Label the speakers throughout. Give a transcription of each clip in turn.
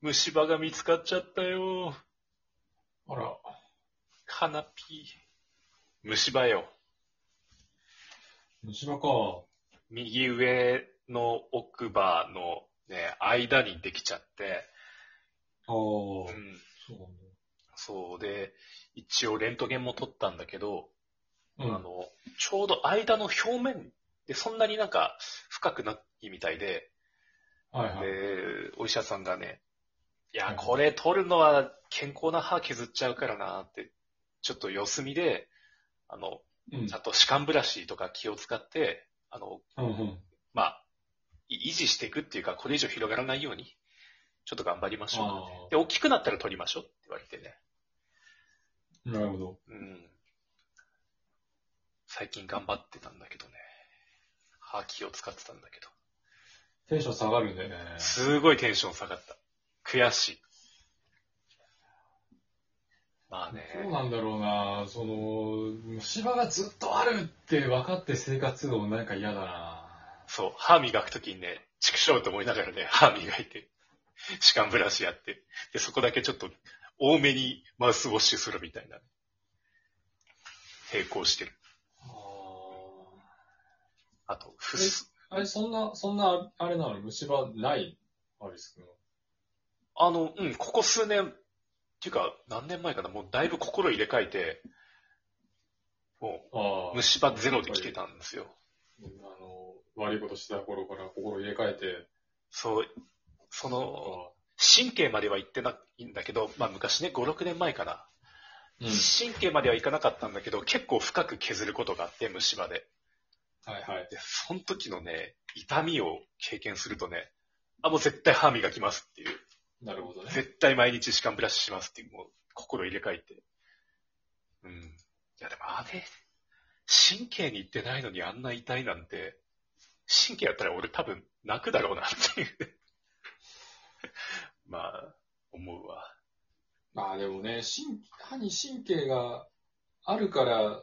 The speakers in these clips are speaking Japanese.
Speaker 1: 虫歯が見つかっちゃったよ。
Speaker 2: あら、
Speaker 1: カナピー。虫歯よ。
Speaker 2: 虫歯か。
Speaker 1: 右上の奥歯のね、間にできちゃって。。
Speaker 2: ああ、そううんなん
Speaker 1: そうで、一応レントゲンも撮ったんだけど、
Speaker 2: だ。
Speaker 1: あの、ちょうど間の表面でそんなになんか深くないみたいで、
Speaker 2: はいはい。
Speaker 1: で、お医者さんがね、い
Speaker 2: は
Speaker 1: や、
Speaker 2: い
Speaker 1: これ取るのは健康な歯削っちゃうからなって、ちょっと四隅で、あの、
Speaker 2: うん
Speaker 1: ちゃんと歯間ブラシとか気を使って、あの、
Speaker 2: うんうん。
Speaker 1: まあ、い維持していくっていうか、これ以上広がらないように、ちょっと頑張りましょう
Speaker 2: あ
Speaker 1: か。で、大きくなったら取りましょうって言われてね。
Speaker 2: あ、なるほど。
Speaker 1: うん。最近頑張ってたんだけどね。歯気を使ってたんだけど。
Speaker 2: テンション下がるね。
Speaker 1: すごいテンション下がった。悔しい。まあね。
Speaker 2: どうなんだろうな。その、虫歯がずっとあるって分かって生活するのもなんか嫌だな。
Speaker 1: そう、歯磨くときにね、畜生と思いながらね、歯磨いて、歯間ブラシやって、で、そこだけちょっと多めにマウスウォッシュするみたいな。並行してる。
Speaker 2: あ
Speaker 1: あと、ふす、
Speaker 2: あ。あれ、そんな、そんな、あれなの虫歯ないアリス君。
Speaker 1: あの、うん、ここ数年、っていうか、何年前かな、もうだいぶ心入れ替えて、も
Speaker 2: あ
Speaker 1: う、
Speaker 2: あ。
Speaker 1: 虫歯ゼロで来てたんですよ。
Speaker 2: あの、悪いことしてた頃から心入れ替えて、
Speaker 1: そう、その、
Speaker 2: あ
Speaker 1: 神経までは行ってないんだけど、まあ昔ね、5、6年前かな。
Speaker 2: うん。
Speaker 1: 神経まではいかなかったんだけど、結構深く削ることがあって、虫歯で。
Speaker 2: はいはい。
Speaker 1: で、その時のね、痛みを経験するとね、あ、もう絶対歯磨きますっていう、
Speaker 2: なるほどね。
Speaker 1: 絶対毎日歯間ブラシしますっていう、もう心入れ替えて。うん。いや、でもあれ、神経に行ってないのにあんな痛いなんて、神経やったら俺多分泣くだろうなっていう。 まあ、思うわ。
Speaker 2: まあでもね、神歯に神経があるから、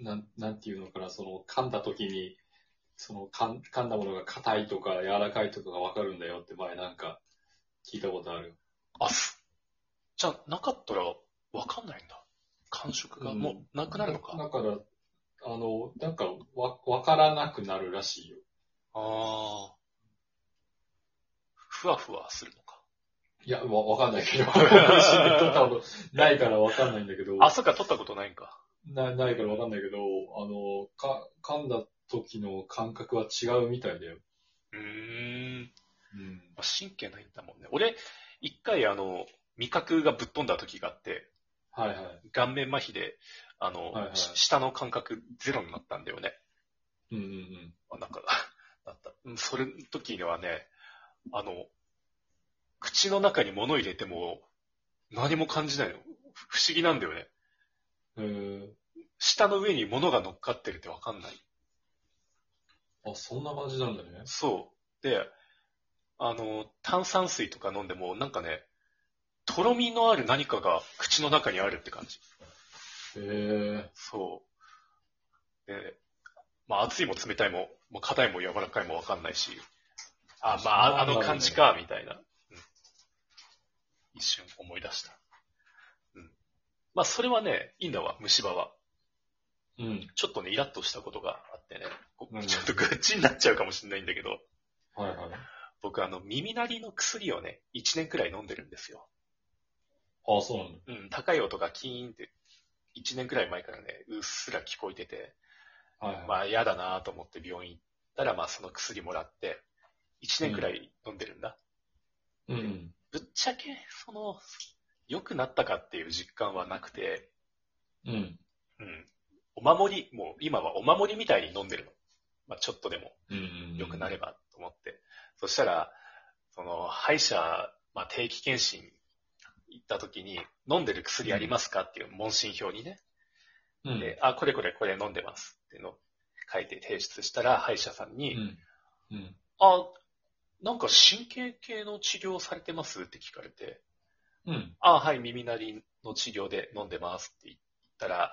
Speaker 2: なんなんていうのかな、その噛んだ時に、その噛ん噛んだものが硬いとか柔らかいとかがわかるんだよって前なんか聞いたことある。
Speaker 1: あ、すじゃあなかったらわかんないんだ。感触が
Speaker 2: うん
Speaker 1: もうなくなるのか。
Speaker 2: だから、あの、なんかわわからなくなるらしいよ。
Speaker 1: ああ。ふわふわするのか。
Speaker 2: いや、わわかんないけど、神経取ったことないからわかんないんだけど。
Speaker 1: あ、そっか、取ったことないんか。
Speaker 2: な、ないからわかんないけど、あの、か、噛んだ時の感覚は違うみたいだよ。
Speaker 1: うーん。
Speaker 2: うん。
Speaker 1: まあ神経ないんだもんね。俺、一回あの、味覚がぶっ飛んだ時があって、
Speaker 2: はいはい。
Speaker 1: 顔面麻痺で、あの、
Speaker 2: はいはい
Speaker 1: し下の感覚ゼロになったんだよね。
Speaker 2: うんうんうん。
Speaker 1: あなんか、 なった。うんそれの時にはね、あの、口の中に物入れても、何も感じないの。不思議なんだよね。
Speaker 2: えー、
Speaker 1: 舌の上に物が乗っかってるってわかんない。
Speaker 2: あ、そんな感じなんだね。
Speaker 1: そう。で、あの、炭酸水とか飲んでも、なんかね、とろみのある何かが口の中にあるって感じ。
Speaker 2: へえ
Speaker 1: そう。で、まあ、熱いも冷たいも、もう硬いも柔らかいもわかんないし、あ、まあ、ああの感じか、みたいな、うん一瞬思い出した。うん。まあ、それはね、いいんだわ、虫歯は。
Speaker 2: ー。うん。
Speaker 1: ちょっとね、イラッとしたことがあってね、こ
Speaker 2: うん
Speaker 1: ちょっと愚痴になっちゃうかもしれないんだけど、
Speaker 2: はいはい。
Speaker 1: 僕、あの、耳鳴りの薬をね、1年くらい飲んでるんですよ。
Speaker 2: あ、そうなんだ。
Speaker 1: うん、高い音がキーンって、1年くらい前からね、うっすら聞こえてて、
Speaker 2: はいはい。
Speaker 1: まあ嫌だなと思って病院行ったら、まあその薬もらって、1年くらい飲んでるんだ。
Speaker 2: うんうん。
Speaker 1: ぶっちゃけ、その、良くなったかっていう実感はなくて、
Speaker 2: うん。
Speaker 1: うん。お守り、もう今はお守りみたいに飲んでるの。まあちょっとでも
Speaker 2: うんうんうん。
Speaker 1: 良くなればと思って。そしたら、その、歯医者、まあ定期検診行った時に、飲んでる薬ありますかっていう問診票にね、
Speaker 2: うん。
Speaker 1: で、あ、これこれこれ飲んでますっていうのを書いて提出したら、歯医者さん
Speaker 2: う
Speaker 1: に、
Speaker 2: ん。うん。
Speaker 1: あ、なんか神経系の治療されてますって聞かれて、
Speaker 2: うん。
Speaker 1: あ、はい、耳鳴りの治療で飲んでますって言ったら、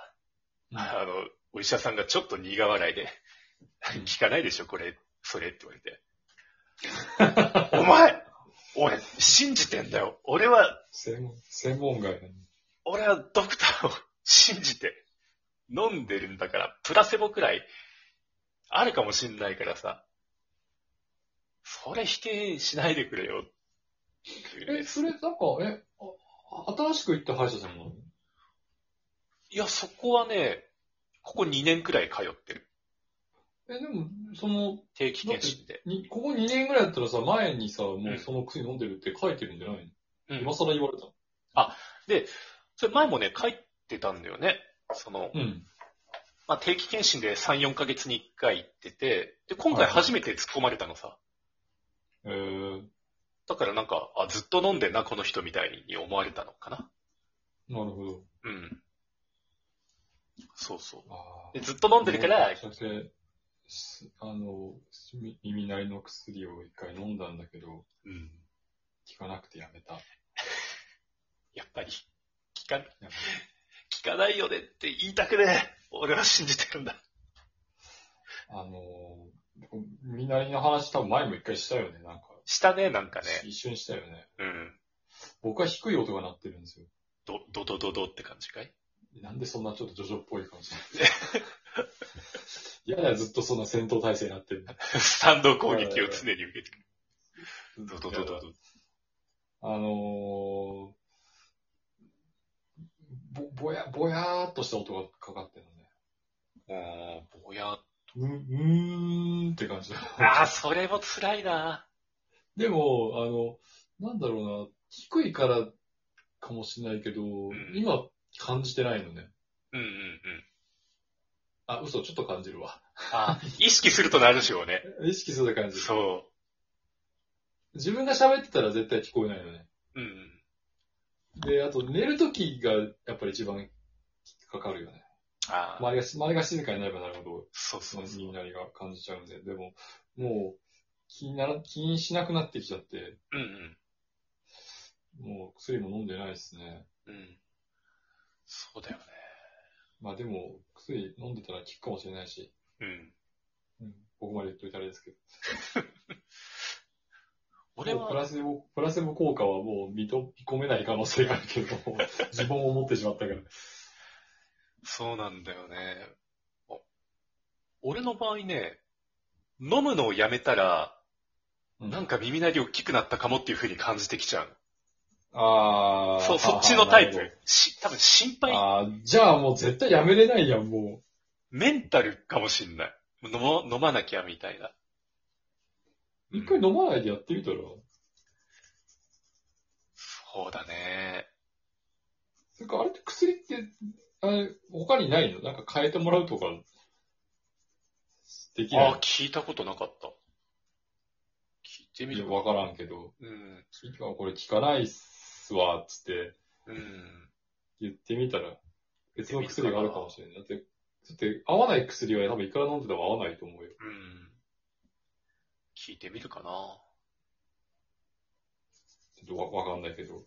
Speaker 2: あ
Speaker 1: あの、お医者さんがちょっと苦笑いで、聞かないでしょ、これ、それって言われて。お前、俺、信じてんだよ。俺は、
Speaker 2: 専門、専門外だね。
Speaker 1: 俺はドクターを信じて、飲んでるんだから、プラセボくらい、あるかもしんないからさ。それ否定しないでくれよ。
Speaker 2: え、それ、なんか、え、あ新しく行った歯医者さんなの
Speaker 1: いや、そこはね、ここ2年くらい通ってる。
Speaker 2: え、でも、その、
Speaker 1: 定期検診で。
Speaker 2: にここ2年ぐらいだったらさ、前にさ、も
Speaker 1: う
Speaker 2: うんその薬飲んでるって書いてるんじゃないの、
Speaker 1: うん
Speaker 2: 今更言われた。
Speaker 1: それ前もね、書いてたんだよね。その、
Speaker 2: うん。
Speaker 1: まあ、定期検診で3、4ヶ月に1回行ってて、で、今回初めて突っ込まれたのさ。
Speaker 2: えー、
Speaker 1: だからなんか、あ、ずっと飲んでんな、この人みたいに思われたのかな。
Speaker 2: なるほど。
Speaker 1: うん。そうそう。
Speaker 2: あー
Speaker 1: でずっと飲んでるから、
Speaker 2: そして、すあの、み耳鳴りの薬を一回飲んだんだけど、
Speaker 1: うん。
Speaker 2: 効かなくてやめた。
Speaker 1: やっぱり、聞か、
Speaker 2: やめた
Speaker 1: 聞かないよねって言いたくね。俺は信じてるんだ。
Speaker 2: あの、耳鳴りの話多分前も一回したよね、なんか。
Speaker 1: したね、なんかね。
Speaker 2: 一瞬したよね。
Speaker 1: うん。
Speaker 2: 僕は低い音が鳴ってるんですよ。
Speaker 1: ど、どどどどって感じかい
Speaker 2: なんでそんなちょっとジョジョっぽい感じいやだよ、ずっとそんな戦闘態勢になってる。
Speaker 1: スタンド攻撃を常に受けてくる。どどどどど。
Speaker 2: あのー、ぼ、ぼや、ぼやーっとした音がかかってる
Speaker 1: もう、ぼやっ
Speaker 2: のね。う、うーんって感じだ。
Speaker 1: と。ああ、それも辛いな。
Speaker 2: でも、あの、なんだろうな、低いからかもしれないけど、
Speaker 1: ん
Speaker 2: 今感じてないのね。
Speaker 1: うんうんうん。
Speaker 2: あ、嘘、ちょっと感じるわ。
Speaker 1: あー意識するとなるしよね。
Speaker 2: 意識する感じる。
Speaker 1: そ
Speaker 2: 自分が喋ってたら絶対聞こえないよね。
Speaker 1: う。うんうん。
Speaker 2: で、あと寝るときがやっぱり一番引っかかるよね。
Speaker 1: ああ、
Speaker 2: 周りが、周りが静かになればなるほど、
Speaker 1: そう
Speaker 2: そ
Speaker 1: そ
Speaker 2: の
Speaker 1: うそう。
Speaker 2: 耳鳴りが感じちゃうんで、でも、もう、気になら、気にしなくなってきちゃって、
Speaker 1: うんうん。
Speaker 2: もう薬も飲んでないですね。
Speaker 1: うん。そうだよね。
Speaker 2: まあでも、薬飲んでたら効くかもしれないし、
Speaker 1: うん。
Speaker 2: うん、ここまで言っといたらあれですけど。
Speaker 1: 俺
Speaker 2: もうプ
Speaker 1: は、
Speaker 2: ラセボ、プラセボ効果はもう認めない可能性があるけ ど、自分を持ってしまったから。
Speaker 1: そうなんだよね。あ俺の場合ね、飲むのをやめたら、
Speaker 2: う
Speaker 1: なん、か耳鳴り大きくなったかもっていう風に感じてきちゃう。
Speaker 2: あー
Speaker 1: そう、そっちのタイ。
Speaker 2: なる
Speaker 1: プ。し、多分心
Speaker 2: ほど
Speaker 1: 配、
Speaker 2: あーじゃあもう絶対やめれないやん、もう。
Speaker 1: メンタルかもしんない。飲ま、飲まなきゃみたいな。
Speaker 2: 一回飲まないでやってみたら、
Speaker 1: そうだね。
Speaker 2: なんかあれって薬って、あれ、他にないのなんか変えてもらうとか、できない
Speaker 1: ああ、聞いたことなかった。聞いてみ
Speaker 2: いや
Speaker 1: る
Speaker 2: わからんけど、
Speaker 1: うん。
Speaker 2: 聞いあこれ聞かないっすわ、つって
Speaker 1: うん。
Speaker 2: 言ってみたら、別の薬があるかもしれない。だって、だって合わない薬は多分いくら飲んでても合わないと思うよ。
Speaker 1: うん。聞いてみるかな。
Speaker 2: ちょっとわわかんないけど。
Speaker 1: うん。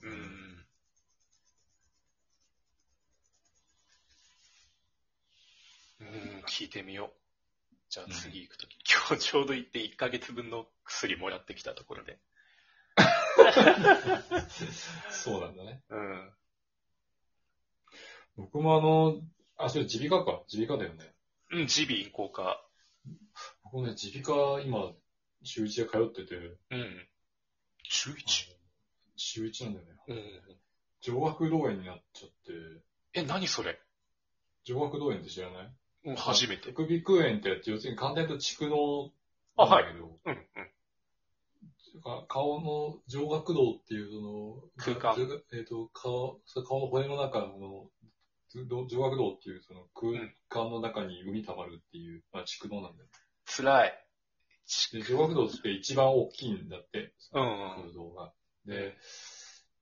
Speaker 1: うん、聞いてみよう。じゃあ次行くとき、 今日ちょうど行って1ヶ月分の薬もらってきたところで。
Speaker 2: そうなんだね。
Speaker 1: うん。
Speaker 2: 僕もあの、あ、それ耳鼻科か。耳鼻科だよね。
Speaker 1: うん、耳鼻咽喉科。
Speaker 2: 僕もね、耳鼻科今、週一で通ってて、
Speaker 1: うん。中一
Speaker 2: 週一なんだよね。
Speaker 1: うん。
Speaker 2: 上顎動炎になっちゃって、
Speaker 1: え、何それ
Speaker 2: 上顎動炎って知らない
Speaker 1: うん、初めて。
Speaker 2: 副鼻腔炎ってやつ、要するに完全と蓄膿
Speaker 1: あ、はい。
Speaker 2: い。けど
Speaker 1: うん、うん。
Speaker 2: か顔の上顎動っていうその、
Speaker 1: 空間
Speaker 2: 上顎えっ、と、顔、その顔の骨の中の、ず上上顎動っていうその空
Speaker 1: うん
Speaker 2: 間の中に海溜まるっていう、まあ蓄膿なんだよ。
Speaker 1: 辛い。
Speaker 2: で、上顎動って一番大きいんだって、
Speaker 1: うんう
Speaker 2: 空
Speaker 1: ん。
Speaker 2: 洞が。で、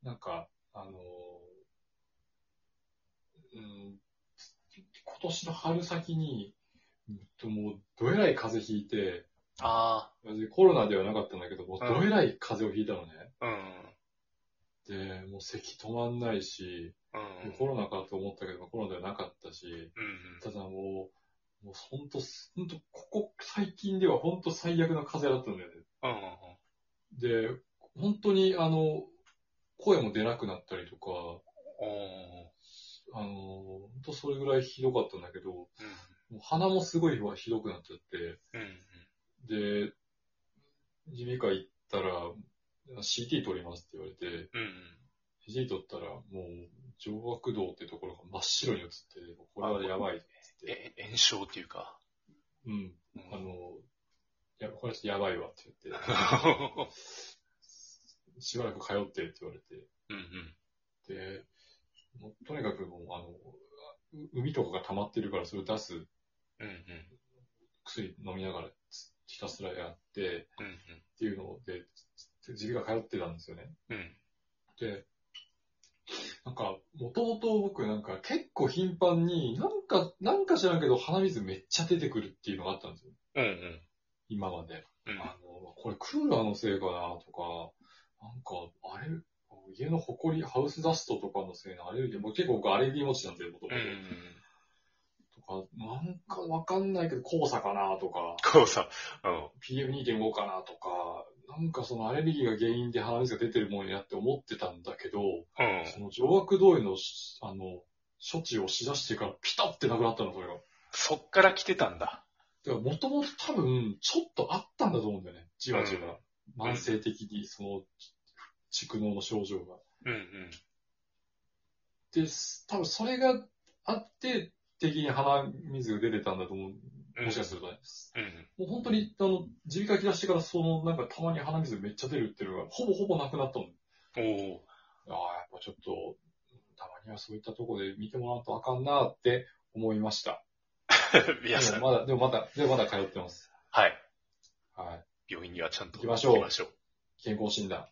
Speaker 2: なんか、あのーうん、今年の春先に、うんともう、どえらい風邪ひいて、
Speaker 1: あ
Speaker 2: コロナではなかったんだけど、もう
Speaker 1: うん
Speaker 2: どえらい風邪をひいたのね。
Speaker 1: あ、うん。
Speaker 2: で、もう咳止まんないし、
Speaker 1: うん。
Speaker 2: コロナかと思ったけど、コロナではなかったし、
Speaker 1: うん。
Speaker 2: ただもう、もうほんと、ほんと、ここ最近ではほんと最悪の風邪だったんだよね。
Speaker 1: うん。うん。
Speaker 2: で、本当にあの、声も出なくなったりとか、
Speaker 1: おー
Speaker 2: あの、ほんとそれぐらいひどかったんだけど、
Speaker 1: う
Speaker 2: もう鼻もすごいひどくなっちゃって、
Speaker 1: ん。うん。
Speaker 2: で、耳鼻科行ったら、CT 取りますって言われて、
Speaker 1: うん。
Speaker 2: CT 取ったら、もう、上顎道ってところが真っ白に映って、これはやばいっつって、
Speaker 1: え、炎症っていうか。
Speaker 2: うん、
Speaker 1: う
Speaker 2: あ
Speaker 1: ん、
Speaker 2: の、いや、これはやばいわって言って、 しばらく通ってって言われて、
Speaker 1: うんうん。
Speaker 2: で、もうとにかくもう、あの、う海とかが溜まってるから、それを出す
Speaker 1: うんうん。
Speaker 2: 薬飲みながらつひたすらやって、
Speaker 1: うん
Speaker 2: っていうので、耳鼻科通ってたんですよね。
Speaker 1: うん。うん。
Speaker 2: で、なんか、もともと僕なんか結構頻繁に、なんか、なんか知らんけど鼻水めっちゃ出てくるっていうのがあったんですよ。
Speaker 1: うんうん。
Speaker 2: 今まで。
Speaker 1: うん
Speaker 2: あの、これクーラーのせいかなとか、なんか、あれ、家のホコリ、ハウスダストとかのせいなアレルギー、もう結構僕アレルギー持ちなんで、もとも
Speaker 1: うんうん。
Speaker 2: と。とか、なんかわかんないけど、黄砂かなとか、
Speaker 1: こうさ、うん。
Speaker 2: PM2.5 かなとか、なんかそのアレルギーが原因で鼻水が出てるもんやって思ってたんだけど、
Speaker 1: うん。
Speaker 2: その上悪通りのし、あの、処置をしだしてからピタってなくなったの、それが。だか
Speaker 1: そっから来てたんだ。
Speaker 2: らもともと多分、ちょっとあったんだと思うんだよね、じわじわ。
Speaker 1: ん
Speaker 2: 慢性的に、その、蓄膿の症状が。
Speaker 1: うんうん。
Speaker 2: で、す多分それがあって、的に鼻水が出てたんだと思う。もしかするとね。
Speaker 1: うん。
Speaker 2: もう本当に、あの、耳鼻科切らしてから、その、なんかたまに鼻水めっちゃ出るっていうのが、ほぼほぼなくなった
Speaker 1: お
Speaker 2: の。
Speaker 1: お。
Speaker 2: ああ、やっぱちょっと、たまにはそういったとこで見てもらうとあかんなって思いました。
Speaker 1: いや、
Speaker 2: で
Speaker 1: さ
Speaker 2: もまだ、でもまだ、でもまだ通ってます。
Speaker 1: はい。
Speaker 2: はい。
Speaker 1: 病院にはちゃんと
Speaker 2: 行きましょう
Speaker 1: 行きましょう。
Speaker 2: 健康診断。